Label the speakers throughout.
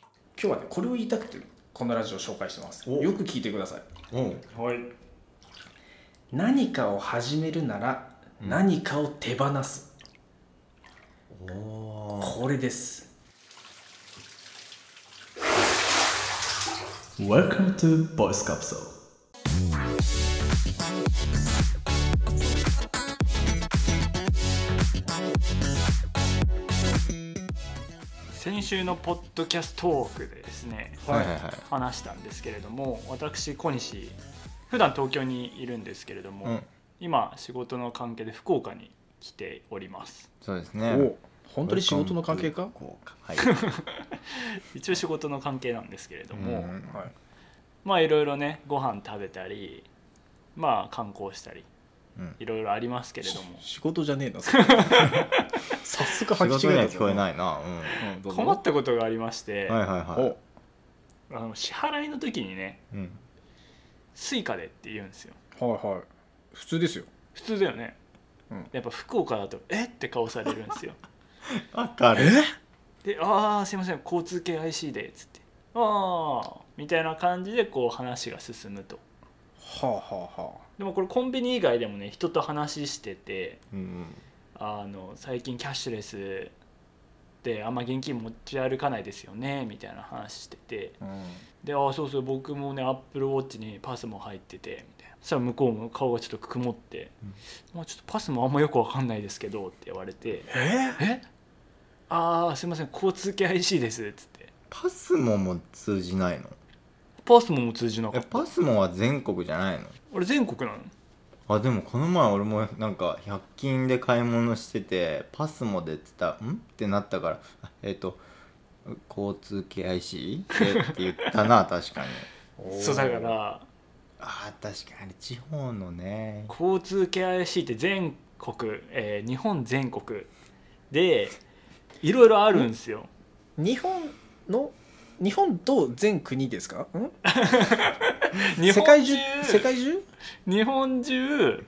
Speaker 1: 今日はねこれを言いたくてこのラジオを紹介してます
Speaker 2: お
Speaker 1: よく聞いてください
Speaker 2: うん
Speaker 1: はい何かを始めるなら
Speaker 2: うん
Speaker 1: 何かを手放す、
Speaker 2: おー
Speaker 1: これです
Speaker 3: 先週のポッドキャストトークでですね
Speaker 2: はいはいはい
Speaker 3: 話したんですけれども私小西普段東京にいるんですけれども、
Speaker 2: うん
Speaker 3: 今仕事の関係で福岡に来ております
Speaker 2: そうです
Speaker 1: お
Speaker 2: ね
Speaker 1: お本当に仕事の関係か
Speaker 2: こうかはい
Speaker 3: 一応仕事の関係なんですけれども、
Speaker 2: うん
Speaker 1: はい
Speaker 3: まあいろいろねご飯食べたりまあ観光したり
Speaker 2: うん
Speaker 3: いろいろありますけれども
Speaker 1: 仕事じゃねえ なそれ早速
Speaker 2: 仕
Speaker 1: 履き
Speaker 2: 事
Speaker 1: 違
Speaker 2: に
Speaker 1: え
Speaker 2: は
Speaker 1: た
Speaker 2: 聞こえ
Speaker 1: い、
Speaker 2: ないなうんは
Speaker 1: うん、どうぞ
Speaker 3: 困ったことがありまして、
Speaker 2: いはいは
Speaker 3: あの支払いの時にね
Speaker 2: いうん
Speaker 3: スイカでって言うんですよ
Speaker 1: おはいはい普通ですよ
Speaker 3: 普通だよね、
Speaker 1: うん
Speaker 3: やっぱ福岡だと「えっ?」て顔されるんですよ
Speaker 2: わかる
Speaker 3: で「ああすいません交通系 IC で」っつって「ああ」みたいな感じでこう話が進むと
Speaker 1: はあはあは
Speaker 3: でもこれコンビニ以外でもね人と話してて
Speaker 2: うん
Speaker 3: あの最近キャッシュレスであんま現金持ち歩かないですよねみたいな話してて
Speaker 1: あ、
Speaker 3: で「ああそうそう僕もねアップルウォッチにパスも入ってて」みたいなそしたら向こうも顔がちょっと曇って
Speaker 2: うん
Speaker 3: 「まあ、ちょっとパスもあんまよくわかんないですけど」って言われて
Speaker 1: え
Speaker 3: 「えああすいません交通系 IC です」っつって
Speaker 2: パスモも通じないの
Speaker 3: パスももう通じなか
Speaker 2: え
Speaker 3: った
Speaker 2: パスモは全国じゃないの
Speaker 3: 俺全国なの
Speaker 2: あでもこの前俺もなんか100均で買い物しててパスモでって言ったら「ん?」ってなったからあ「えっ、と交通系 IC?」ってって言ったな確かに
Speaker 3: そうだから
Speaker 2: あー確かに地方のね
Speaker 3: 交通系 IC って全国、えー日本全国でいろいろあるんですよ
Speaker 1: 日本の日本と全国ですかん
Speaker 3: 日
Speaker 1: 世
Speaker 3: 本
Speaker 1: 界
Speaker 3: 中
Speaker 1: 中世界中
Speaker 3: 日本中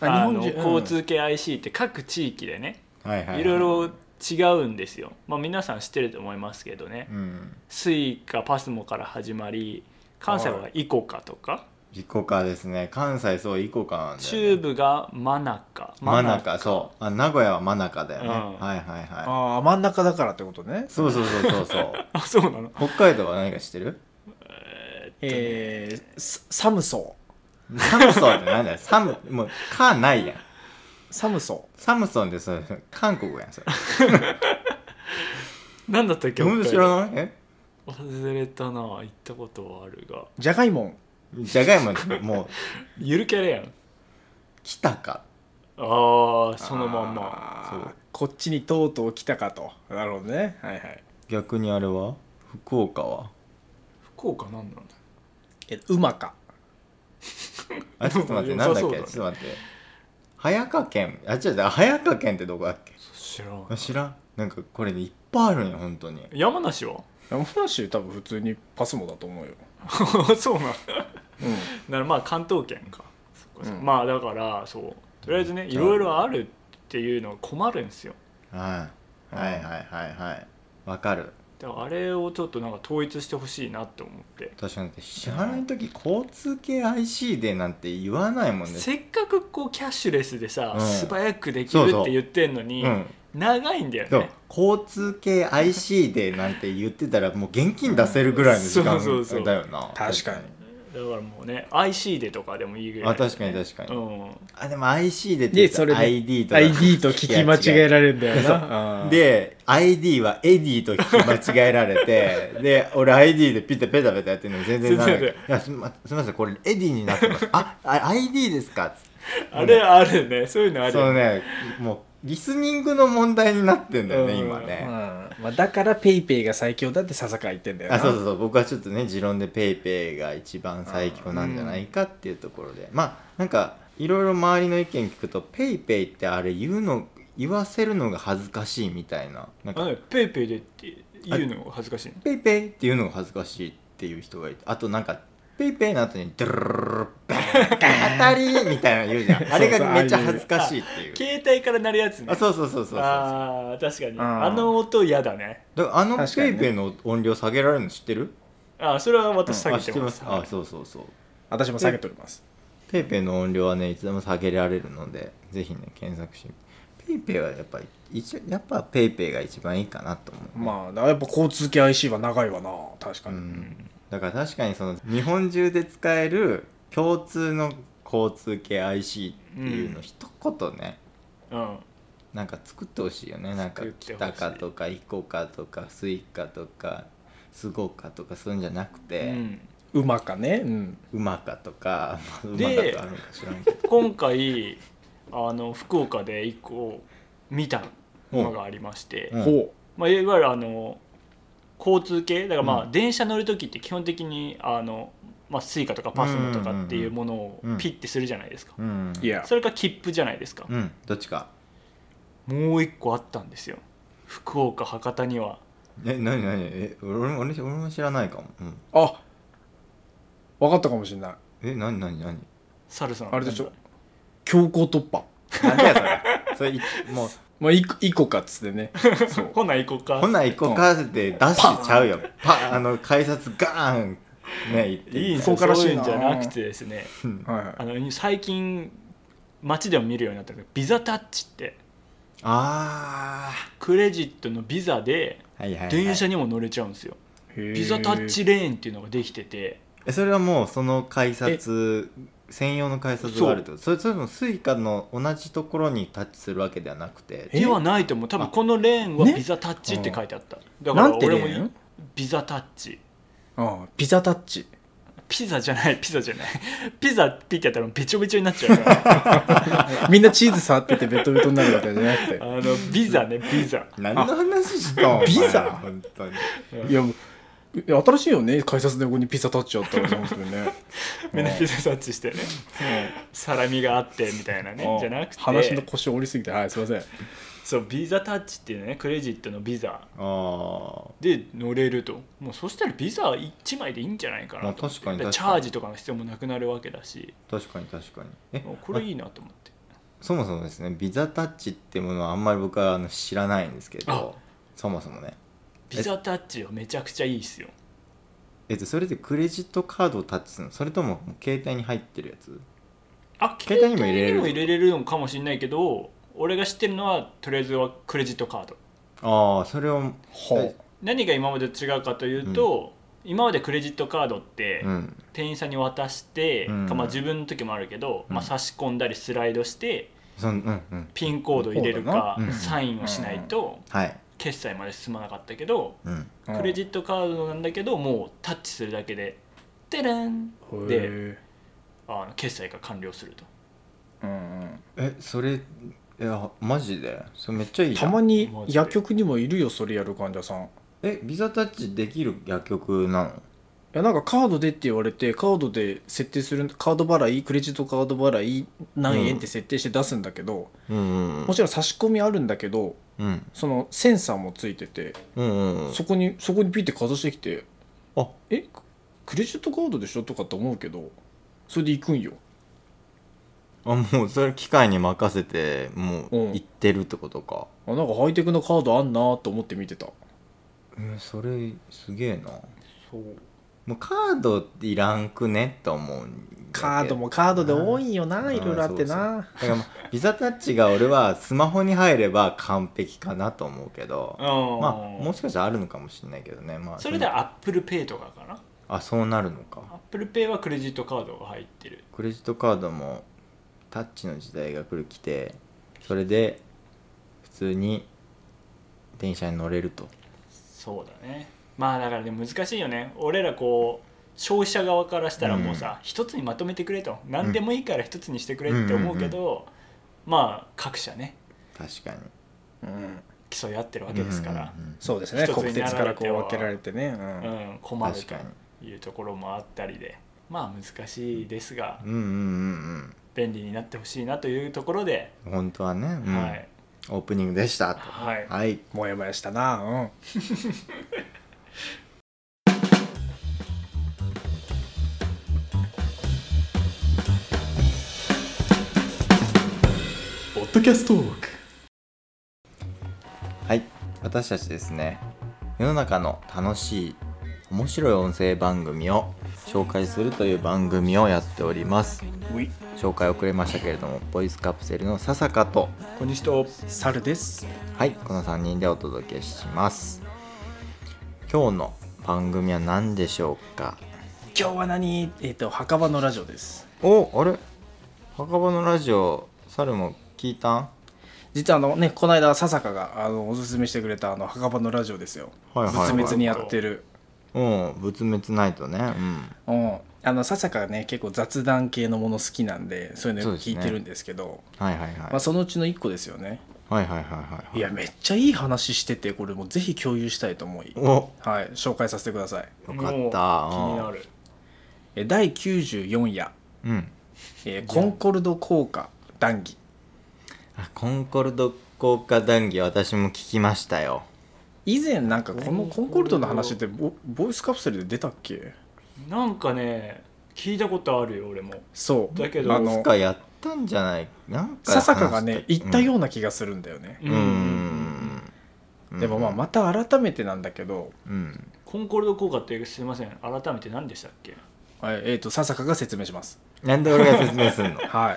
Speaker 1: あ
Speaker 3: あ
Speaker 1: 日本
Speaker 3: の
Speaker 1: 中
Speaker 3: 交通系 IC って各地域でね
Speaker 2: はいはい
Speaker 3: ろいろ違うんですよ、まあ、皆さん知ってると思いますけどね、
Speaker 2: うん
Speaker 3: スイカパスモから始まり関西はイコカとか、
Speaker 2: イコカですね関西そうイコカなんだよ、ね、
Speaker 3: 中部がマナカ
Speaker 2: 真中そうあ名古屋は真中だよね、
Speaker 3: うん
Speaker 2: はいはいは
Speaker 1: ああ真ん中だからってことね
Speaker 2: いそうそうそうそうそう
Speaker 3: あそうなの
Speaker 2: 北海道は何か知ってる
Speaker 1: えー、ササムソ
Speaker 2: サムソンってなんだよサムもう「か」ないやん
Speaker 1: ーサムソ
Speaker 2: サムソンってそれ韓国やんそれ
Speaker 3: 何だったっけ
Speaker 2: どう知
Speaker 3: 北海道
Speaker 2: らないえ
Speaker 3: 忘れたな行ったことはあるが
Speaker 1: ーじゃがいもん
Speaker 2: じゃがいもってもう
Speaker 3: ゆるキャラやん
Speaker 2: 「来たか
Speaker 3: あーそのまんま
Speaker 1: あー
Speaker 2: そう
Speaker 1: こっちにとうとう来たかとなるほどねはいはい」
Speaker 2: 逆にあれは福岡は
Speaker 3: 福岡何なんだ
Speaker 1: えうまか
Speaker 2: あちょっと待って
Speaker 3: うん
Speaker 2: なんだっ
Speaker 3: そう
Speaker 2: け
Speaker 3: だね
Speaker 2: ちょっと待って早川県あ違う違う早川県ってどこだっけ
Speaker 3: 知らん
Speaker 2: あ知らんなんかこれねいっぱいあるんよ本当に
Speaker 3: 山梨 は
Speaker 1: 山梨多分普通にパスモだと思うよ、
Speaker 3: そうなんだ
Speaker 1: うん、
Speaker 3: ならまあ関東圏かそっかそっか
Speaker 1: うん
Speaker 3: まあだからそうとりあえずねいろいろあるっていうのは困るんですよ
Speaker 2: はい、はいはいはいはいわかる
Speaker 3: だからあれをちょっとなんか統一してほしいなって思って
Speaker 2: 確かに支払いの時交通系 IC でなんて言わないもんね
Speaker 3: せっかくこうキャッシュレスでさ、
Speaker 2: うん
Speaker 3: 素早くでき
Speaker 2: そう
Speaker 3: る
Speaker 2: そう
Speaker 3: って言ってんのに
Speaker 2: うん
Speaker 3: 長いんだよ
Speaker 2: そう
Speaker 3: ね
Speaker 2: 交通系 IC でなんて言ってたらもう現金出せるぐらいの時
Speaker 3: そうそうそ
Speaker 2: 間
Speaker 3: う
Speaker 2: だよな
Speaker 1: 確かに
Speaker 3: だからもうね IC でとかでもいいぐらい
Speaker 2: あ確かに確かに
Speaker 3: うん
Speaker 2: あでも IC でって
Speaker 1: で
Speaker 2: 言った
Speaker 1: そ
Speaker 2: ら
Speaker 1: れ
Speaker 2: ID とか
Speaker 1: ID と聞き間違えられるんだよ
Speaker 2: そう
Speaker 1: なあー
Speaker 2: で ID はエディと聞き間違えられてで俺 ID でピタペタペタやってるのに全然なんない
Speaker 3: 全然
Speaker 2: いやすみませんすみませんこれエディになってますああ ID ですか
Speaker 3: あれあるねそういうのある
Speaker 2: そ
Speaker 3: よ
Speaker 2: の
Speaker 3: ね
Speaker 2: ねもうリスニングの問題になってんだよね
Speaker 3: うん
Speaker 2: 今
Speaker 1: うん
Speaker 2: ね
Speaker 1: まあ、だからペイペイが最強だって笹川言ってんだよな
Speaker 2: あそうそうそう僕はちょっとね持論で PayPay ペイペイが一番最強なんじゃないかっていうところで、まあなんかいろいろ周りの意見聞くと PayPay ペイペイってあれ言うの言わせるのが恥ずかしいみたいななん
Speaker 3: あ
Speaker 2: か
Speaker 3: のねペイペイでって言うのが恥ずかしいの
Speaker 2: ペイペイっていうのが恥ずかしいっていう人がいてあとなんかペイペイの後にドゥルルルルルバー当たりみたいなの言うじゃんあれがめっちゃ恥ずかしいっていう
Speaker 3: 携帯から鳴るやつね
Speaker 2: あそうそうそうそうそうだか
Speaker 3: あー確かに
Speaker 1: ん
Speaker 3: あの音嫌だね
Speaker 2: らあの
Speaker 1: 確か
Speaker 2: ペ
Speaker 1: に
Speaker 2: イ
Speaker 1: ね
Speaker 2: ペイの音量下げられるの知ってる
Speaker 3: あーそれは私下
Speaker 2: あ
Speaker 3: げ
Speaker 2: 知ってて
Speaker 3: ま
Speaker 2: ますすあそうそうそう
Speaker 1: 私も下げております
Speaker 2: ペイペイの音量はねいつでも下げられるのでぜひね検索してペイペイはやっぱり一応やっぱペイペイが一番いいかなと思う、
Speaker 1: まあだからやっぱ交通系 IC は長いわな確か
Speaker 2: う
Speaker 1: に、
Speaker 2: ん、だから確かにその日本中で使える共通の交通系 IC っていうの
Speaker 3: うん
Speaker 2: 一言ね、
Speaker 3: うん
Speaker 2: なんか作ってほしいよねなんか
Speaker 3: 作っ
Speaker 2: 来
Speaker 3: てほし
Speaker 2: た
Speaker 3: い
Speaker 2: かとかイコカとかスイカとかスゴカとかそういうんじゃなく
Speaker 3: う
Speaker 2: て、
Speaker 3: ん
Speaker 1: うまかねうん
Speaker 2: うまかとか まあうまか
Speaker 3: で
Speaker 2: とあるのか知らんけ ど
Speaker 3: 今回あの福岡で一個見たのがありまして、
Speaker 2: うん
Speaker 1: ほ
Speaker 3: まあ、いわゆるあの交通系だからまあ
Speaker 2: う
Speaker 3: 電車乗る時って基本的にあの、まあ、スイカとかパスモとかっていうものを
Speaker 2: うん
Speaker 3: ピッてするじゃないですか、
Speaker 2: うん
Speaker 1: ういや
Speaker 3: それか切符じゃないですか、
Speaker 2: うんどっちか
Speaker 3: もう一個あったんですよ福岡博多には
Speaker 2: え何何え俺も俺も俺も知らないかも、うん、
Speaker 1: あ分かったかもしれない
Speaker 2: え何何何
Speaker 3: サルさん
Speaker 1: あれでしょ強行突破
Speaker 2: なんだよそれそれい もう
Speaker 1: まあいいこかっつって ねそう
Speaker 3: ほな行こうか
Speaker 2: ほな行こうかってダッシュちゃうよパあの改札ガーンね行って
Speaker 3: いいんです
Speaker 1: こ
Speaker 3: よ
Speaker 1: うからし
Speaker 3: そう
Speaker 1: い
Speaker 3: いうん
Speaker 1: な
Speaker 3: じゃなくてですね
Speaker 2: うん
Speaker 1: はいはい
Speaker 3: あの最近街でも見るようになったけどビザタッチって
Speaker 2: あ
Speaker 3: クレジットのビザで
Speaker 2: ーはいはい、はい、
Speaker 3: 電車にも乗れちゃうんですよ、ビザタッチレーンっていうのができてて
Speaker 2: えそれはもうその改札専用の改札があるってことそれそれともスイカの同じところにタッチするわけではなくて
Speaker 1: え
Speaker 3: ではないと思う多分このレーンは
Speaker 1: ね
Speaker 3: ビザタッチって書いてあった、だか
Speaker 1: な
Speaker 3: ら
Speaker 1: んてレ
Speaker 3: 俺も
Speaker 1: ーン
Speaker 3: ビザタッチ
Speaker 1: ああピザタッチ
Speaker 3: ピザじゃないピザじゃないピザピってやったらべちょべちょになっちゃうか ら
Speaker 1: みんなチーズ触っててベトベトになるわけじゃなくて
Speaker 3: あのビザねビザ
Speaker 2: 何の話しとん
Speaker 1: ビザ
Speaker 2: お前本当に
Speaker 1: いやもういや新しいよね改札の横にピザタッチあったらと思ってね
Speaker 3: みんな
Speaker 1: うん
Speaker 3: ピザタッチしてねサラミがあってみたいなね
Speaker 1: うん
Speaker 3: じゃなくて
Speaker 1: 話の腰折りすぎてはいすいません
Speaker 3: そうビザタッチっていうねクレジットのビザ
Speaker 2: ああ
Speaker 3: で乗れるともうそしたらビザ1枚でいいんじゃないか
Speaker 2: ま
Speaker 3: な
Speaker 2: あ
Speaker 3: と思って
Speaker 2: 確かに
Speaker 3: だら
Speaker 2: 確
Speaker 3: チ
Speaker 2: か
Speaker 3: ャー
Speaker 2: に
Speaker 3: ジとかの必要もなくなるわけだし
Speaker 2: 確かに確かにえ
Speaker 3: もうこれいいなと思って
Speaker 2: そもそもですねビザタッチってものはあんまり僕はあの知らないんですけどそもそもね
Speaker 3: ビザタッチはめちゃくちゃいいっすよ
Speaker 2: えっとそれでクレジットカードをタッチするのそれとも携帯に入ってるやつ
Speaker 3: あ
Speaker 2: 携帯にも入れれる
Speaker 3: 携帯にも入れれるのかもしれないけど俺が知ってるのはとりあえずはクレジットカード
Speaker 2: ああそれを
Speaker 1: ほ
Speaker 3: 何が今までと違うかというと、今までクレジットカードって
Speaker 2: うん
Speaker 3: 店員さんに渡して、
Speaker 2: うん
Speaker 3: かまあ、自分の時もあるけど、
Speaker 2: うん
Speaker 3: まあ、差し込んだりスライドして
Speaker 2: そんうんうん
Speaker 3: ピンコード入れるか、
Speaker 2: そうだなうん
Speaker 3: サインをしないと
Speaker 2: はい
Speaker 3: 決済まで進まなかったけど、
Speaker 2: うん
Speaker 1: う
Speaker 3: クレジットカードなんだけどもうタッチするだけでテレン
Speaker 1: うん
Speaker 3: で
Speaker 1: へえ
Speaker 3: あの決済が完了すると
Speaker 1: うんうん
Speaker 2: えそれいやマジでそれめっちゃいいじ
Speaker 1: た
Speaker 2: ゃん
Speaker 1: まに薬局にもいるよそれやる患者さんい
Speaker 2: えビザタッチできる薬局なの
Speaker 1: やなんかカードでって言われてカードで設定するカード払いクレジットカード払い何円って設定して出すんだけど、
Speaker 2: うんうん
Speaker 1: もちろん差し込みあるんだけど
Speaker 2: うん
Speaker 1: そのセンサーもついてて、
Speaker 2: うんうんうん
Speaker 1: そこにそこにピッてかざしてきて
Speaker 2: あ
Speaker 1: えククレジットカードでしょとかって思うけどそれで行くんよ
Speaker 2: あもうそれ機械に任せてもう
Speaker 1: うん
Speaker 2: 行ってるってことか
Speaker 1: あなんかハイテクなカードあんなと思って見てた
Speaker 2: えそれすげえな
Speaker 3: そう
Speaker 2: もうカードっていらんくねと思うんだけど
Speaker 1: カードもカードで多いよ
Speaker 2: う
Speaker 1: なんいろいろあってな
Speaker 2: だからまあビザタッチが俺はスマホに入れば完璧かなと思うけど
Speaker 3: うん
Speaker 2: まあもしかしたらあるのかもしれないけどねまあ
Speaker 3: それでアップルペイとかかな
Speaker 2: あそうなるのか
Speaker 3: アップルペイはクレジットカードが入ってる
Speaker 2: クレジットカードもタッチの時代が来る来てそれで普通に電車に乗れると
Speaker 3: そうだねまあだからね難しいよね俺らこう消費者側からしたらもうさ、一つにまとめてくれと何でもいいから一つにしてくれって思うけど、まあ各社ね
Speaker 2: 確かに
Speaker 1: うん
Speaker 3: 競い合ってるわけですから、
Speaker 2: うんうんうん
Speaker 1: そうですね
Speaker 3: 一つ
Speaker 1: 国
Speaker 3: にな
Speaker 1: 鉄
Speaker 3: られては
Speaker 1: からこう分けられてね、
Speaker 3: う
Speaker 1: うん
Speaker 3: ん困る
Speaker 2: 確かに
Speaker 3: というところもあったりでまあ難しいですが、
Speaker 2: うんうんうん
Speaker 3: 便利になってほしいなというところで、
Speaker 2: うん本当はね、うん
Speaker 3: はい
Speaker 2: オープニングでしたと
Speaker 3: はい
Speaker 2: はい
Speaker 1: もやもやしたなうんッドキャストトーク
Speaker 2: はい私たちですね世の中の楽しい面白い音声番組を紹介するという番組をやっております
Speaker 3: うい
Speaker 2: 紹介遅れましたけれどもボイスカプセルのささかと
Speaker 3: こんにちは
Speaker 1: サルです
Speaker 2: はいこの3人でお届けします今日の番組は何でしょうか
Speaker 1: 今日は何えっ、と墓場のラジオです
Speaker 2: おあれ墓場のラジオ猿も聞いたん
Speaker 1: 実はあのねこの間笹香があのおすすめしてくれたあの墓場のラジオですよ
Speaker 2: はいはい、はい、
Speaker 1: 仏滅にやってる、
Speaker 2: うん仏滅ないとねうん
Speaker 1: うんあの笹香がね結構雑談系のもの好きなんでそういうの
Speaker 2: そう
Speaker 1: よ
Speaker 2: で
Speaker 1: く
Speaker 2: すね
Speaker 1: 聞いてるんですけど
Speaker 2: はいはいはい、
Speaker 1: まあ、そのうちの1個ですよね
Speaker 2: はいはいはいはいはい
Speaker 1: いやめっちゃいい話しててこれもうぜひ共有したいと思い、
Speaker 2: およ
Speaker 1: はい、紹介させてください
Speaker 2: かった
Speaker 3: 気になる
Speaker 1: え第94夜、
Speaker 2: うんうん
Speaker 1: えーコンコルド効果談義
Speaker 2: あコンコルド効果談義私も聞きましたよ
Speaker 1: 以前なんかこの
Speaker 3: コ
Speaker 1: コン
Speaker 3: ンコルド
Speaker 1: コルドの話ってボボイスカプセルで出たっけ
Speaker 3: なんかね聞いたことあるよ俺も
Speaker 1: そう
Speaker 3: だけど
Speaker 1: あ
Speaker 2: い
Speaker 1: の
Speaker 2: つかやったんじゃないなんか
Speaker 1: 笹香
Speaker 2: 話
Speaker 1: が
Speaker 2: し
Speaker 1: ね
Speaker 2: き
Speaker 1: 言ったような気がするんだよね、
Speaker 2: うんうんうん
Speaker 1: でもまあまた改めてなんだけど、
Speaker 2: うん
Speaker 3: コンコルド効果ってすいません改めて何でしたっけ
Speaker 1: はいえー、と笹香が説明します
Speaker 2: なんで俺が説明 するの
Speaker 1: は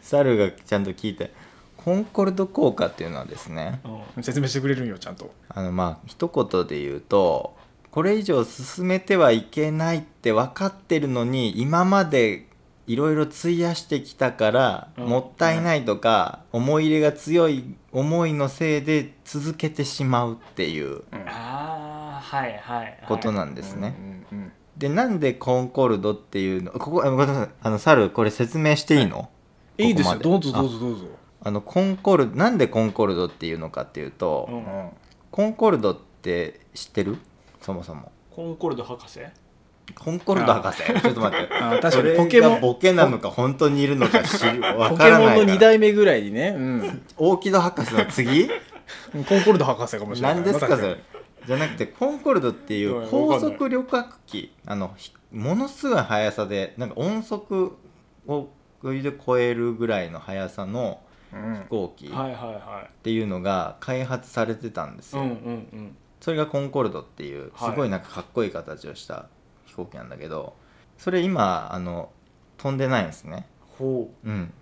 Speaker 2: 猿がちゃんと聞いてコンコルド効果っていうのはですね
Speaker 3: うん
Speaker 1: い説明してくれるんよちゃんと
Speaker 2: あのまあ一言で言うとこれ以上進めてはいけないって分かってるのに今までいろいろ費やしてきたから、
Speaker 3: うん
Speaker 2: もったいないとか、思い入れが強い思いのせいで続けてしまうっていう
Speaker 3: ああはいはい、はい、
Speaker 2: ことなんですね。
Speaker 1: うんうんうん
Speaker 2: でなんでコンコルドっていうのここあごめんなさいあの猿これ説明していいの、
Speaker 1: いいですよ
Speaker 2: ここ
Speaker 1: ど
Speaker 2: ま
Speaker 1: うぞどうぞどうぞ
Speaker 2: あのコンコルなんでコンコルドっていうのかっていうと、
Speaker 3: うん
Speaker 1: うん
Speaker 2: コンコルドって知ってるそもそも
Speaker 3: コンコルド博士
Speaker 2: コンコルド博士ちょっと待って
Speaker 1: あー確
Speaker 2: そ
Speaker 1: かに
Speaker 2: れ
Speaker 1: ポケモ
Speaker 2: が
Speaker 1: ン
Speaker 2: ボケなのか本当にいるのか知るわ
Speaker 1: ポ
Speaker 2: か
Speaker 1: ケ
Speaker 2: ら
Speaker 1: モ
Speaker 2: な
Speaker 1: ンの2
Speaker 2: いから
Speaker 1: 代目ぐらいにね、 うん、
Speaker 2: 大木戸博士の次
Speaker 1: コンコルド博士かもしれない
Speaker 2: 何ですか
Speaker 1: ま
Speaker 2: そ
Speaker 1: さに
Speaker 2: れじゃなくてコンコルドってい
Speaker 3: ごめん
Speaker 2: う
Speaker 3: わかんない
Speaker 2: 高速旅客機あのひものすごい速さでなんか音速をで超えるぐらいの速さの
Speaker 1: うん
Speaker 2: 飛行機っ
Speaker 3: はいはいは
Speaker 2: ていうのが開発されてたんです
Speaker 3: い
Speaker 2: よ、
Speaker 3: うんうん
Speaker 2: それがコンコルドっていう
Speaker 3: は
Speaker 2: す
Speaker 3: い
Speaker 2: ごいなんかかっこいい形をした飛行機なんだけどそれ今あの飛んでないんですね
Speaker 3: ほ
Speaker 2: うん、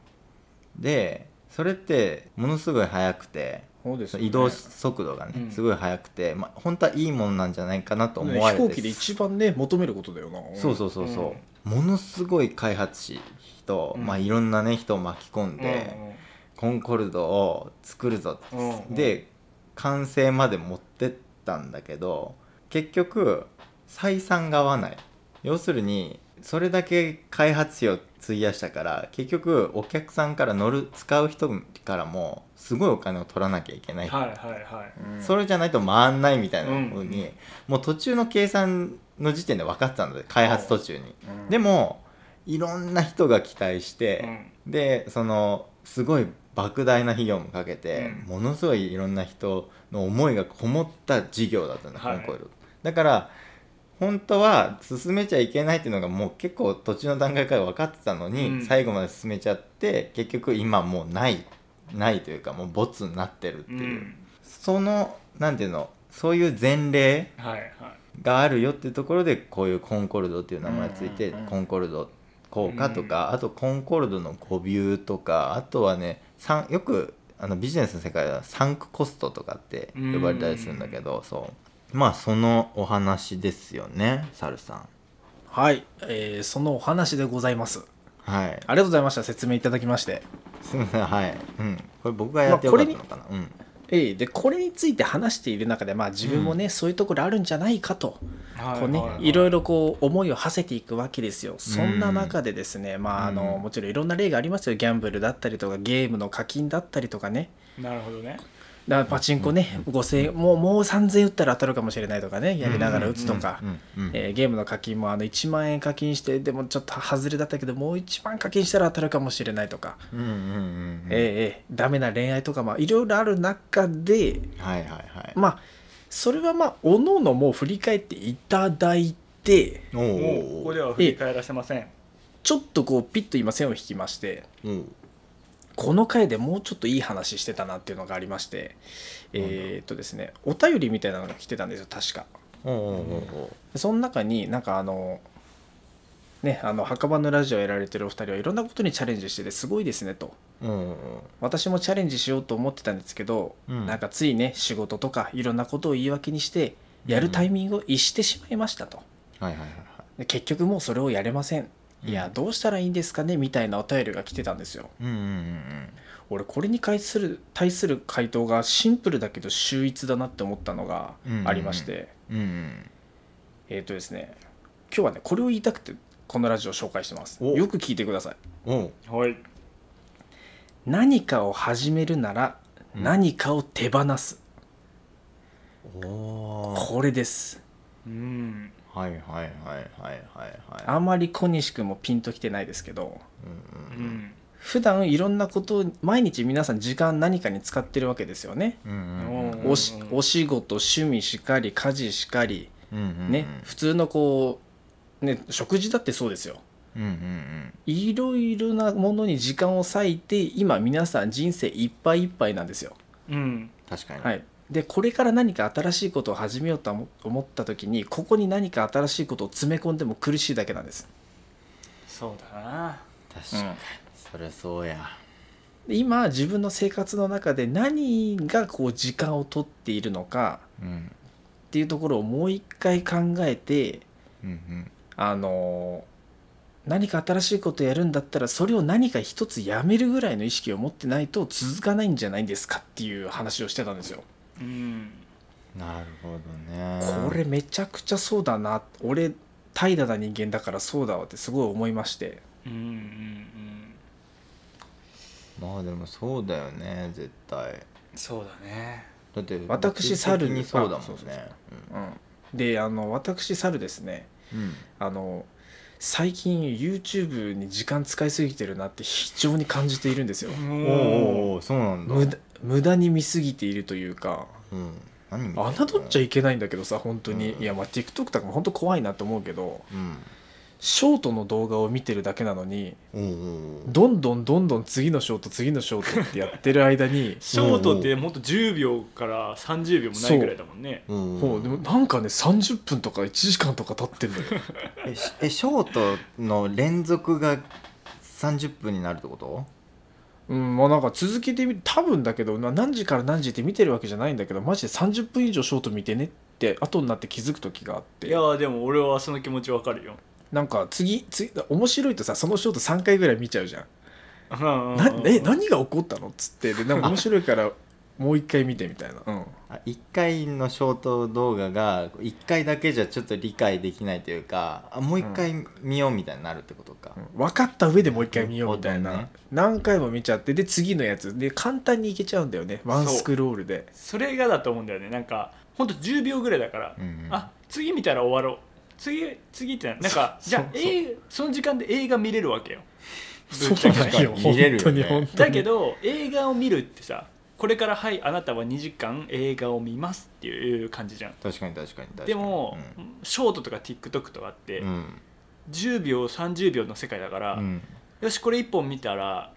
Speaker 2: でそれってものすごい速くて
Speaker 1: そうです
Speaker 2: そ
Speaker 1: よ
Speaker 2: の
Speaker 1: ね
Speaker 2: 移動速度がね、
Speaker 3: うん
Speaker 2: すごい速くて、まあ、本当はいいものなんじゃないかなと思
Speaker 1: ね
Speaker 2: わ
Speaker 1: 飛
Speaker 2: れて、
Speaker 1: 行機で一番ね求めることだよな
Speaker 2: そうそうそうそう、ものすごい開発し人、
Speaker 3: うん
Speaker 2: まあ、いろんなね人を巻き込ん
Speaker 3: う
Speaker 2: で、
Speaker 3: うんうん
Speaker 2: コンコルドを作るぞ、
Speaker 3: うんうん
Speaker 2: で完成まで持ってったんだけど結局採算が合わない要するにそれだけ開発費を費やしたから結局お客さんから乗る使う人からもすごいお金を取らなきゃいけない、
Speaker 3: はいはいはい
Speaker 1: うん
Speaker 2: それじゃないと回んないみたいなふう
Speaker 3: うん
Speaker 2: に、もう途中の計算の時点で分かってたので開発途中に、
Speaker 1: うん
Speaker 2: でもいろんな人が期待して、
Speaker 3: うん
Speaker 2: でそのすごい莫大な費用もかけて、
Speaker 3: うん
Speaker 2: ものすごいいろんな人の思いがこもった事業だったんだ、
Speaker 3: はい
Speaker 2: コンコイルだから本当は進めちゃいけないっていうのがもう結構途中の段階から分かってたのに、
Speaker 3: うん
Speaker 2: 最後まで進めちゃって結局今もうないないというかもうボツになってるって
Speaker 3: う
Speaker 2: いう、
Speaker 3: ん
Speaker 2: そのなんていうのそういう前例
Speaker 3: はいはい
Speaker 2: があるよっていうところでこういうコンコルドっていう名前がついて、
Speaker 1: うんうんうん
Speaker 2: コンコルド効果とか、あとコンコルドの誤謬とかあとはねサンよくあのビジネスの世界ではサンクコストとかって呼ばれたりするんだけど、そうまあそのお話ですよねサルさん
Speaker 1: はい、えーそのお話でございます
Speaker 2: は
Speaker 1: あ
Speaker 2: い
Speaker 1: りがとうございました説明いただきまして、
Speaker 2: すみませんはい、うん、これ僕がやってよかったのかな、うん
Speaker 1: えーでこれについて話している中で、まあ、自分もね、そういうところあるんじゃないかと、
Speaker 3: はい
Speaker 1: こうね
Speaker 3: はい
Speaker 1: ろいろこう思いを馳せていくわけですよそんな中でですね、まああの
Speaker 2: うん
Speaker 1: もちろんいろんな例がありますよギャンブルだったりとかゲームの課金だったりとかね
Speaker 3: なるほどね
Speaker 1: だからパチンコね5000円もうもう3000円打ったら当たるかもしれないとかねやりながら打つとか、
Speaker 2: うんうん
Speaker 1: えーゲームの課金もあの1万円課金してでもちょっと外れだったけどもう1万課金したら当たるかもしれないとか、
Speaker 2: うんうんうんうん
Speaker 1: えーえーダメな恋愛とかまあいろいろある中で
Speaker 2: はいはいはい、
Speaker 1: まあそれはまあおののもう振り返っていただいて
Speaker 2: おうおう
Speaker 3: もうここでは振り返らせません
Speaker 1: ちょっとこうピッと今線を引きまして
Speaker 2: おう
Speaker 1: この回でもうちょっといい話してたなっていうのがありましてえーっとですねお便りみたいなのが来てたんですよ確か。
Speaker 2: おうおうおうおう
Speaker 1: その中になんかあのねあの墓場のラジオをやられてるお二人はいろんなことにチャレンジしててすごいですねと
Speaker 2: うんうん
Speaker 1: 私もチャレンジしようと思ってたんですけど、
Speaker 2: うん
Speaker 1: なんかついね仕事とかいろんなことを言い訳にしてやるタイミングを逸してしまいましたと、
Speaker 2: はいはいはいはい
Speaker 1: で結局もうそれをやれませんいやどうしたらいいんですかねみたいなお便りが来てたんですよ
Speaker 2: うんうん
Speaker 1: 俺これに対する対する回答がシンプルだけど秀逸だなって思ったのがありまして、
Speaker 2: うんうんうん
Speaker 1: えっ、とですね今日はねこれを言いたくてこのラジオを紹介してます
Speaker 2: お
Speaker 1: よく聞いてください
Speaker 2: うんおう
Speaker 3: はい
Speaker 1: 何かを始めるなら
Speaker 2: うん
Speaker 1: 何かを手放す、
Speaker 2: おー
Speaker 1: これです
Speaker 3: うん
Speaker 2: はいはいはいはいはいはい
Speaker 1: あまり小西君もピンときてないですけど
Speaker 3: う
Speaker 2: うん
Speaker 3: ん
Speaker 1: 普段いろんなことを毎日皆さん時間何かに使ってるわけですよね、
Speaker 2: うんうんうん
Speaker 3: うん
Speaker 1: おしお仕事趣味しかり家事しかり
Speaker 2: うんうんうん
Speaker 1: ね、普通のこう、ね、食事だってそうですよ
Speaker 2: うんうんうん
Speaker 1: いろいろなものに時間を割いて今皆さん人生いっぱいいっぱいなんですよ
Speaker 3: うん
Speaker 2: 確かに
Speaker 1: はい、でこれから何か新しいことを始めようと思思った時にここに何か新しいことを詰め込んでも苦しいだけなんです
Speaker 3: そうだな
Speaker 2: 確かにそりゃそうや
Speaker 1: で今自分の生活の中で何がこう時間を取っているのか
Speaker 2: うん
Speaker 1: っていうところをもう一回考えて
Speaker 2: うんうん
Speaker 1: あの何か新しいことをやるんだったらそれを何か一つやめるぐらいの意識を持ってないと続かないんじゃないんですかっていう話をしてたんですよ。
Speaker 3: うん
Speaker 2: なるほどね
Speaker 1: これめちゃくちゃそうだな俺怠惰な人間だからそうだわってすごい思いまして
Speaker 3: うんうん
Speaker 2: まあでもそうだよね絶対
Speaker 3: うんそうだね
Speaker 2: だって
Speaker 1: 私
Speaker 2: 物質
Speaker 1: 猿に
Speaker 2: 的そうだもん
Speaker 1: あ
Speaker 2: ね
Speaker 1: そうそうそううん、であの私猿ですね
Speaker 2: うんうん
Speaker 1: あの最近 YouTube に時間使いすぎてるなって非常に感じているんですよ
Speaker 2: おうおうおうそうなんだ
Speaker 1: 無駄無駄に見すぎているというか
Speaker 2: うん何見てんの
Speaker 1: 侮っちゃいけないんだけどさ本当に、
Speaker 2: うん
Speaker 1: いやまあ TikTok とかも本当怖いなと思うけど
Speaker 2: うん
Speaker 1: ショートの動画を見てるだけなのに
Speaker 2: おうおう
Speaker 1: どんどんどんどん次のショート次のショートってやってる間 に
Speaker 3: ショートってもっと10秒から30秒もないぐらいだもんね
Speaker 2: おうお
Speaker 1: も
Speaker 2: う
Speaker 1: うでもなんかね30分とか1時間とか経ってんのよ
Speaker 2: えしえショートの連続が30分になるってこと
Speaker 1: うんまあなんか続けてみる多分だけどな何時から何時って見てるわけじゃないんだけどマジで30分以上ショート見てねって後になって気づく時があっ
Speaker 3: い
Speaker 1: て
Speaker 3: やーでも俺はその気持ちわかるよ
Speaker 1: なんか次次面白いとさそのショート3回ぐらい見ちゃうじゃん
Speaker 3: うんうん
Speaker 1: な
Speaker 3: うん
Speaker 1: え何が起こったのっつってでなんか面白いからもう一回見てみたいな、うん、
Speaker 2: あ1回のショート動画が1回だけじゃちょっと理解できないというかあもう1回見ようみたいになるってことか、
Speaker 1: うん分かった上でもう一回見ようみたい
Speaker 2: なるほ
Speaker 1: な、
Speaker 2: どね
Speaker 1: 何回も見ちゃってで次のやつで簡単にいけちゃうんだよねワンスクロールで
Speaker 3: それがだと思うんだよねなんかほんと10秒ぐらいだから、
Speaker 2: うんうん
Speaker 3: あ次見たら終わろう次次ってなんかじゃあ
Speaker 1: そうそう
Speaker 3: 映その時間で映画見れるわけよ
Speaker 1: そう
Speaker 3: ぶっちゃけ
Speaker 1: な
Speaker 3: ね
Speaker 1: のよ
Speaker 2: 見れる
Speaker 1: 本
Speaker 2: よ
Speaker 1: 当
Speaker 2: ね
Speaker 1: に本当
Speaker 3: だ
Speaker 1: に
Speaker 3: けど映画を見るってさこれからはいあなたは2時間映画を見ますっていう感じじゃん
Speaker 2: 確かに確かに確かに
Speaker 3: でも、ショートとか TikTok とかって、
Speaker 2: うん、うん
Speaker 3: 10秒30秒の世界だから、
Speaker 2: うん
Speaker 3: よしこれ1本見たら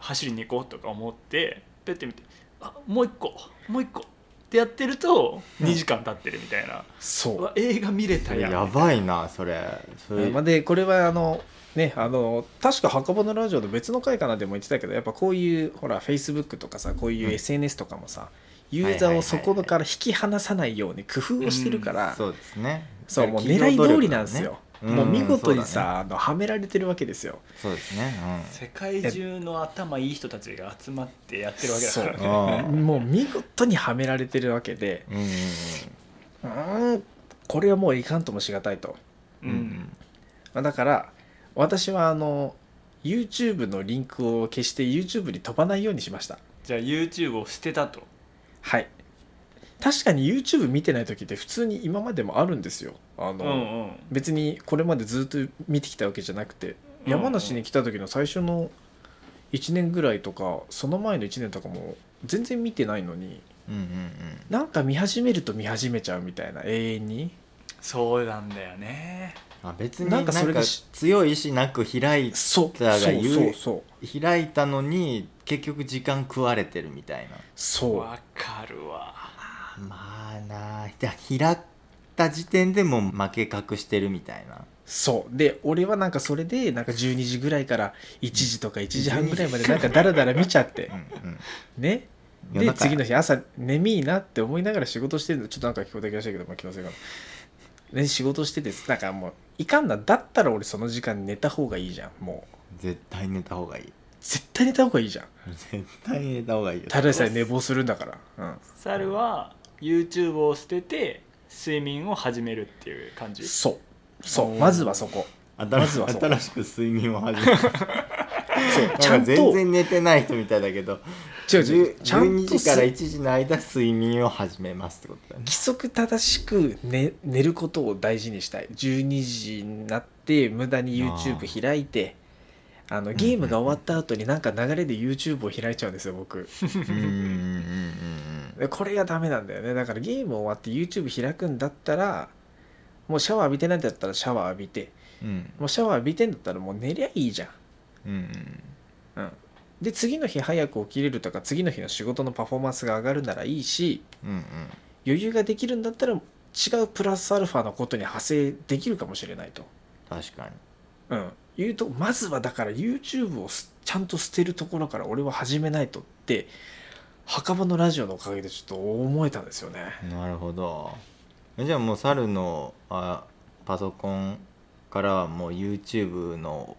Speaker 3: 走りに行こうとか思ってペッて見てあもう1個もう1個ってやってると2時間経ってるみたいな、
Speaker 1: そう
Speaker 3: うわ映画見れ
Speaker 2: そ
Speaker 3: た
Speaker 2: れ
Speaker 3: やん
Speaker 2: やばいなそれそれ、
Speaker 1: えーまあ、でこれはあのねあの確か墓場のラジオの別の回かなでも言ってたけどやっぱこういうほら Facebook とかさこういう
Speaker 2: うん
Speaker 1: SNS とかもさ、ユーザーをそこから引き離さないように工夫をしてるから、
Speaker 2: そうですね
Speaker 1: そうもう
Speaker 2: 企
Speaker 1: 狙
Speaker 2: 業
Speaker 1: い
Speaker 2: 努力
Speaker 1: 通りなんですよ、
Speaker 2: うん
Speaker 1: もう見事に
Speaker 2: そうだね
Speaker 1: さ、あのはめられてるわけですよ
Speaker 2: そうですね
Speaker 3: 世界中の頭いい人たちが集まってやってるわけだから
Speaker 2: う
Speaker 3: ね
Speaker 2: んあー
Speaker 1: もう見事にはめられてるわけで
Speaker 2: うんうん
Speaker 1: うーんこれはもういかんともしがたいと
Speaker 2: うんうん
Speaker 1: まあだから私はあの YouTube のリンクを消して YouTube に飛ばないようにしました
Speaker 3: じゃあ YouTube を捨てたと
Speaker 1: はい確かに YouTube 見てない時って普通に今までもあるんですよあ
Speaker 3: う
Speaker 1: の、
Speaker 3: んうん
Speaker 1: 別にこれまでずっと見てきたわけじゃなくて、
Speaker 3: うん
Speaker 1: 山梨に来た時の最初の1年ぐらいとかその前の1年とかも全然見てないのに
Speaker 2: うんうん
Speaker 1: なんか見始めると見始めちゃうみたいな永遠に
Speaker 3: そうなんだよね
Speaker 2: あ別にな
Speaker 1: なんん
Speaker 2: か
Speaker 1: かそれがし
Speaker 2: 強い意志なく開い
Speaker 1: そう
Speaker 2: だから
Speaker 1: そう
Speaker 2: 言う
Speaker 1: そうそう
Speaker 2: 開いたのに結局時間食われてるみたいな
Speaker 1: そう
Speaker 3: わかるわ
Speaker 2: まあなあだ開った時点でもう負け隠してるみたいな
Speaker 1: そうで俺はなんかそれでなんか12時ぐらいから1時とか1時半ぐらいまでなんかダラダラ見ちゃって
Speaker 2: うんうん
Speaker 1: ね
Speaker 2: 夜
Speaker 1: で
Speaker 2: 中
Speaker 1: 次の日朝眠いなって思いながら仕事してるのちょっとなんか聞こえてきましたけどまあ気のせいかな、ね、仕事しててなんかもういかんなだったら俺その時間寝た方がいいじゃんもう
Speaker 2: 絶対寝た方がいい
Speaker 1: 絶対寝た方がいいじゃん
Speaker 2: 絶対寝た方がいいよ
Speaker 1: ただでさえ寝坊するんだからうん
Speaker 3: 猿は YouTube を捨てて睡眠を始めるっていう感じ
Speaker 1: そうそ
Speaker 2: お
Speaker 1: う
Speaker 2: ー
Speaker 1: まずはそこ
Speaker 2: 新
Speaker 1: まず
Speaker 2: し
Speaker 1: はそう
Speaker 2: 新しく睡眠を始め る
Speaker 1: そうちゃ
Speaker 2: なん
Speaker 1: んと
Speaker 2: か全然寝てない人みたいだけど
Speaker 1: 違う違う
Speaker 2: 10
Speaker 1: ちゃん
Speaker 2: 12
Speaker 1: と
Speaker 2: 時から1
Speaker 1: す
Speaker 2: 時の間睡眠を始めますっ てことだね
Speaker 1: 規則正しく寝寝ることを大事にしたい12時になって無駄に
Speaker 2: あー
Speaker 1: YouTube 開いてあのゲームが終わった後になんか流れで YouTube を開いちゃうんですよ僕
Speaker 2: うんうんうん
Speaker 1: でこれがダメなんだよねだからゲーム終わって YouTube 開くんだったらもうシャワー浴びてないんだったらシャワー浴びて
Speaker 2: うんうん
Speaker 1: もうシャワー浴びてんだったらもう寝りゃいいじゃん
Speaker 2: うんうん
Speaker 1: うんで次の日早く起きれるとか次の日の仕事のパフォーマンスが上がるならいいし
Speaker 2: うんうん
Speaker 1: 余裕ができるんだったら違うプラスアルファのことに派生できるかもしれないと、
Speaker 2: 確かに
Speaker 1: うん、いうとまずはだから YouTube をすちゃんと捨てるところから俺は始めないとって墓場のラジオのおかげでちょっと思えたんですよね
Speaker 2: なるほどじゃあもう猿のあパソコンからはもう YouTube の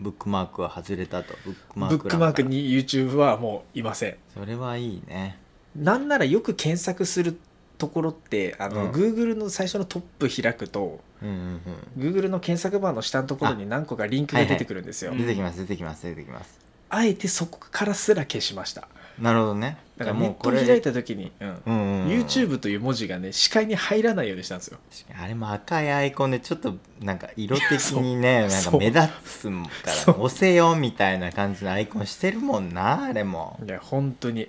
Speaker 2: ブックマークは外れたとブックマー
Speaker 1: ブ
Speaker 2: ク
Speaker 1: ックマーク
Speaker 2: 欄から
Speaker 1: に YouTube はもういません
Speaker 2: それはいいね
Speaker 1: なんならよく検索するところってあの、
Speaker 2: うん
Speaker 1: Google の最初のトップ開くと
Speaker 2: うんうん
Speaker 1: Google の検索バーの下のところに何個かリンクが出てくるんですよ
Speaker 2: う
Speaker 1: あ,、
Speaker 2: ん出てきます出てきます出てきます
Speaker 1: えてそこからすら消しました
Speaker 2: なるほどね
Speaker 1: だから
Speaker 2: じゃ
Speaker 1: ネ
Speaker 2: あ
Speaker 1: ットを開いた時に、うん
Speaker 2: うんうんうん
Speaker 1: YouTube という文字がね視界に入らないようにしたんですよ
Speaker 2: 確かにあれも赤いアイコンでちょっとなんか色的にね
Speaker 1: いや
Speaker 2: なんか
Speaker 1: そう
Speaker 2: 目立つか
Speaker 1: そ
Speaker 2: ら押せよみたいな感じのアイコンしてるもんなあれも
Speaker 1: いや本当に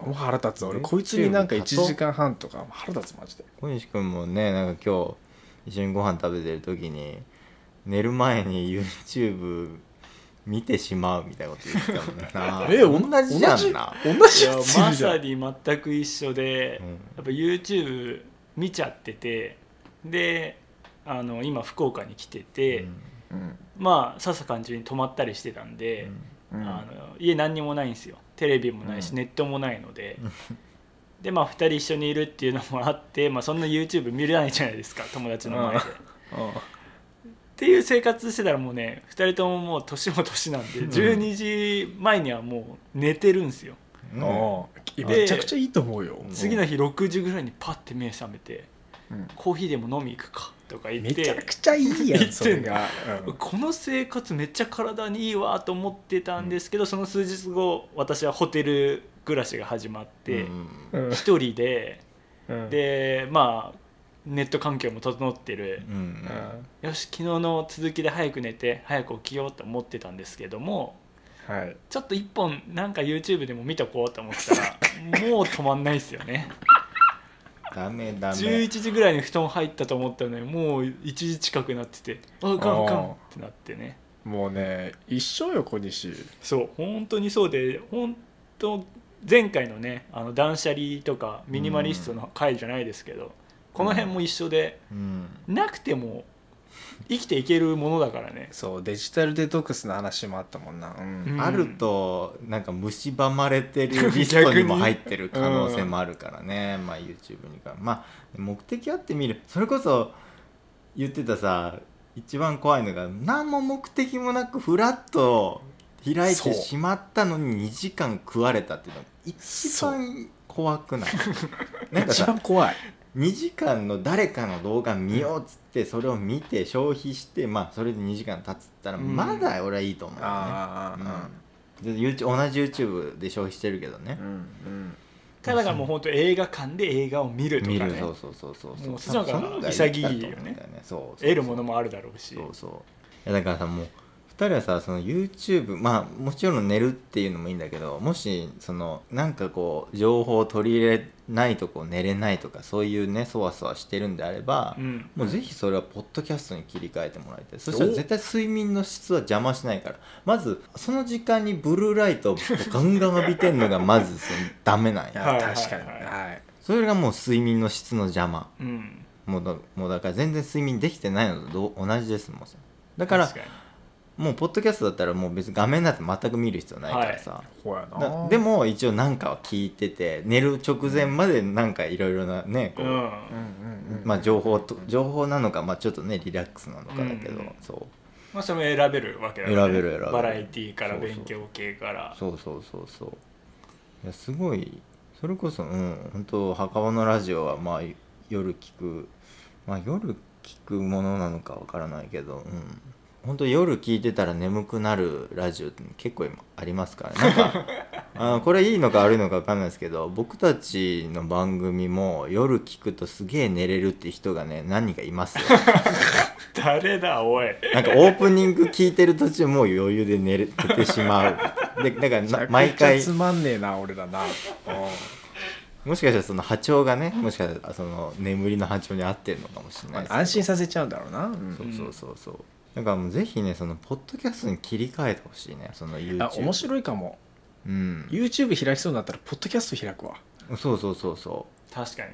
Speaker 1: もう腹立つわ俺
Speaker 2: YouTube
Speaker 1: こいつになんか1
Speaker 2: だと
Speaker 1: 時間半とか腹立つマジで
Speaker 2: 小西君もねなんか今日一緒にご飯食べてる時に寝る前に YouTube 見てしまうみたいなこと言ってたもんな
Speaker 1: えお
Speaker 2: 同じじゃんな
Speaker 1: 同
Speaker 3: い
Speaker 1: じ
Speaker 3: や
Speaker 1: や
Speaker 3: ま
Speaker 1: ついるじゃ
Speaker 3: さ
Speaker 1: ん
Speaker 3: に全く一緒で、
Speaker 2: うん
Speaker 3: やっぱ YouTube 見ちゃっててであの今福岡に来てて、
Speaker 1: うん
Speaker 3: まあささ感じに泊まったりしてたんで、
Speaker 1: うん
Speaker 3: あの家何にもないんですよテレビもないし、
Speaker 1: うん
Speaker 3: ネットもないので、 でまあ2人一緒にいるっていうのもあって、まあ、そんな YouTube 見れないじゃないですか友達の前で。
Speaker 1: うんうん
Speaker 3: っていう生活してたらもうね2人とももう年も年なんで、
Speaker 2: ん
Speaker 3: 12時前にはもう寝てるんですよ
Speaker 2: うん
Speaker 1: ああ
Speaker 3: ん
Speaker 1: めちゃくちゃいいと思うよ、
Speaker 2: ん
Speaker 3: 次の日6時ぐらいにパッて目覚めて
Speaker 1: うん
Speaker 3: コーヒーでも飲み行くかとか言っ
Speaker 1: めちゃ
Speaker 3: て
Speaker 1: くちゃい いや
Speaker 3: 言ってん
Speaker 1: ん
Speaker 3: の
Speaker 1: それが、うん
Speaker 3: この生活めっちゃ体にいいわと思ってたんですけど、その数日後私はホテル暮らしが始まって
Speaker 2: うん
Speaker 1: うん
Speaker 3: 一人で、
Speaker 1: うん
Speaker 3: でまあネット環境も整ってる、
Speaker 2: うん
Speaker 1: うん
Speaker 3: よし昨日の続きで早く寝て早く起きようと思ってたんですけども
Speaker 1: はい
Speaker 3: ちょっと一本なんか YouTube でも見とこうと思った らもう止まんないですよね
Speaker 2: ダメダメ
Speaker 3: 11時ぐらいに布団入ったと思ったのにもう1時近くなっててあかんあ
Speaker 1: あー
Speaker 3: かんってなってね
Speaker 1: もうね一生よ小西
Speaker 3: そう本当にそうで本当前回のねあの断捨離とかミニマリストの回じゃないですけど、この辺も一緒で
Speaker 2: うん
Speaker 3: なくても生きていけるものだからね
Speaker 1: そうデジタルデトックスの話もあったもんな、うん
Speaker 3: うん
Speaker 2: あるとなんか蝕まれて るリストにも入ってる可能性もあるからね、まあ YouTube にかまあ目的あって見るそれこそ言ってたさ一番怖いのが何も目的もなくフラッと開い
Speaker 1: そ
Speaker 2: て
Speaker 1: う
Speaker 2: しまったのに2時間食われたっていうのが一番怖くない なんか
Speaker 1: 一
Speaker 2: さ
Speaker 1: 番怖い
Speaker 2: 2時間の誰かの動画見ようっつってそれを見て消費してまあそれで2時間経つったら
Speaker 3: うん
Speaker 2: まだ俺はいいと思うよね、
Speaker 1: ああ
Speaker 2: で YouTube 同じ YouTube で消費してるけどね
Speaker 1: うん、うん
Speaker 3: ただだからもう本当映画館で映画を見ると
Speaker 2: 見
Speaker 3: か
Speaker 2: る
Speaker 3: ね
Speaker 2: そうそうそうそう
Speaker 3: もうそっち
Speaker 2: そう
Speaker 3: の方が
Speaker 2: そんなんが
Speaker 3: 潔いよ
Speaker 2: い
Speaker 3: ね
Speaker 2: いんだよねそうそうそう
Speaker 3: 得るものもあるだろうし
Speaker 2: そうそういやだからさもう2人はさその YouTube まあもちろん寝るっていうのもいいんだけどもしそのなんかこう情報を取り入れないとこう寝れないとかそういうねそわそわしてるんであれば、
Speaker 3: うん
Speaker 2: もうぜひそれはポッドキャストに切り替えてもらいたいそしたら絶対睡眠の質は邪魔しないからまずその時間にブルーライトを ガンガン浴びてんのがまずそのダメなん
Speaker 1: いや
Speaker 2: や
Speaker 3: はいはいはい
Speaker 1: 確かにはい
Speaker 2: それがもう睡眠の質の邪魔
Speaker 3: うん
Speaker 2: もうだもうだから全然睡眠できてないのと同じですもんだ
Speaker 3: だ
Speaker 2: からもうポッドキャストだったらもう別に画面なんて全く見る必要ないからさ、
Speaker 1: ほや
Speaker 2: だ
Speaker 1: な
Speaker 2: でも一応なんかは聞いてて寝る直前までなんかいろいろなねこ
Speaker 3: う
Speaker 2: う、
Speaker 3: ん
Speaker 1: うんうんうん
Speaker 2: まあ、情報と情報なのか、まあ、ちょっとねリラックスなのかだけど、
Speaker 3: うんうん
Speaker 2: そう
Speaker 3: まあそれも選べるわけだ
Speaker 2: 選べる選べる
Speaker 3: バラエティーから
Speaker 2: そうそう
Speaker 3: 勉強系から
Speaker 2: そうそうそうそういやすごいそれこそうん本当墓場のラジオはまあ夜聞くまあ夜聞くものなのかわからないけどうん本当夜聞いてたら眠くなるラジオって結構今ありますからねなん かあのこれいいのか悪いのかわかんないですけど僕たちの番組も夜聞くとすげえ寝れるって人がね何人かいま すよ
Speaker 3: 誰だおい
Speaker 2: なんかオープニング聞いてる途中もう余裕で寝れ寝てしまうでだからな毎
Speaker 1: め
Speaker 2: 回
Speaker 1: ちゃくちゃつまんねえな俺ら なうん
Speaker 2: もしかしたらその波長がねもしかしたらその眠りの波長に合ってるのかもしれないですけど
Speaker 1: 安心させちゃうんだろうなうん
Speaker 2: そうそうそうそうだからもうぜひねそのポッドキャストに切り替えてほしいねその YouTube
Speaker 1: あ面白いかも
Speaker 2: うん
Speaker 1: YouTube 開きそうになったらポッドキャスト開くわ
Speaker 2: そうそうそうそ
Speaker 3: 確かに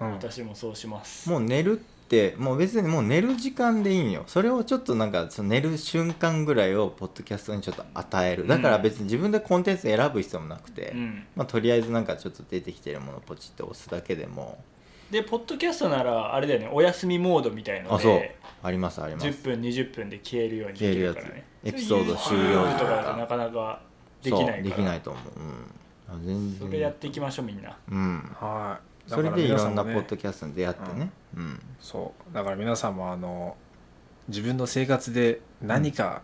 Speaker 1: うん
Speaker 3: 私もそうします
Speaker 2: うもう寝るってもう別にもう寝る時間でいいんよそれをちょっとなんかその寝る瞬間ぐらいをポッドキャストにちょっと与えるだから別に自分でコンテンツ選ぶ必要もなくて、
Speaker 3: うん
Speaker 2: まあ、とりあえずなんかちょっと出てきてるものをポチッと押すだけでも
Speaker 3: でポッドキャストならあれだよねお休みモードみたいの
Speaker 2: あそう
Speaker 3: で
Speaker 2: ありますあります
Speaker 3: 10分20分で消えるようにできるからね
Speaker 2: 消えるやつエピソード終了時
Speaker 3: と
Speaker 2: と
Speaker 3: か
Speaker 2: か
Speaker 3: だとなかなかできないから
Speaker 2: そうできないと思う、うんあ、全
Speaker 3: そ
Speaker 2: 然
Speaker 3: れやっていきましょうみんな
Speaker 2: うん、
Speaker 1: はい
Speaker 2: それでいろんなポ
Speaker 1: だから皆さもね
Speaker 2: ッドキャストに出会ってね、うん
Speaker 1: そうだから皆さんもあの自分の生活で何か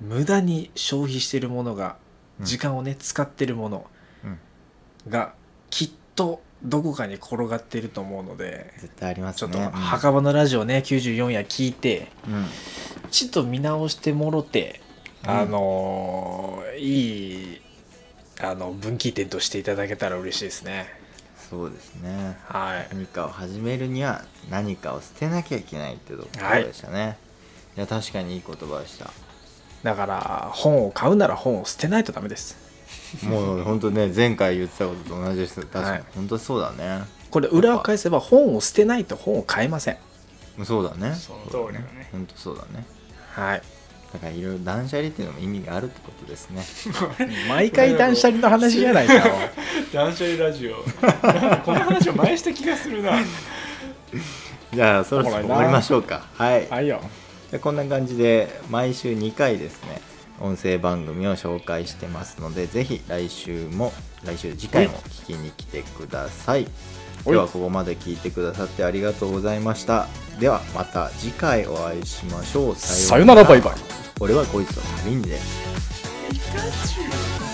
Speaker 1: 無駄に消費してるものが、
Speaker 2: うん
Speaker 1: 時間をね使ってるもの
Speaker 2: うん
Speaker 1: がきっとどこかに転がってると思うので
Speaker 2: 絶対あります
Speaker 1: ちょ
Speaker 2: ね
Speaker 1: っと
Speaker 2: うん
Speaker 1: 墓場のラジオね94夜聞いて
Speaker 2: うん
Speaker 1: ちょっと見直してもろて、
Speaker 2: うん
Speaker 1: あのーいいあの分岐点としていただけたら嬉しいですね
Speaker 2: そうですね
Speaker 1: はい
Speaker 2: 何かを始めるには何かを捨てなきゃいけないってとこ
Speaker 1: はい
Speaker 2: ろでしたね、い、や確かにいい言葉でした
Speaker 1: だから本を買うなら本を捨てないとダメです
Speaker 2: もう本当ね前回言ってたことと同じです確かに、
Speaker 1: はい
Speaker 2: 本当そうだね
Speaker 1: これ裏を返せば本を捨てないと本を買えません
Speaker 2: そうだね
Speaker 3: その通りだね
Speaker 2: 本当そうだね
Speaker 1: はい
Speaker 2: だからいろいろ断捨離っていうのも意味があるってことで すね
Speaker 1: 毎回断捨離の話じゃないかよ
Speaker 3: 断捨離ラジ オなんかこの話を前した気がするな
Speaker 2: じゃあそろそろ終わりましょうかはい
Speaker 1: はいよ
Speaker 2: でこんな感じで毎週2回ですね音声番組を紹介してますのでぜひ来週も来週次回も聞きに来てください
Speaker 1: おい
Speaker 2: ではここまで聞いてくださってありがとうございましたではまた次回お会いしましょう
Speaker 1: さよならバイバイ
Speaker 2: 俺はこいつはマリンで
Speaker 3: ピカチュウ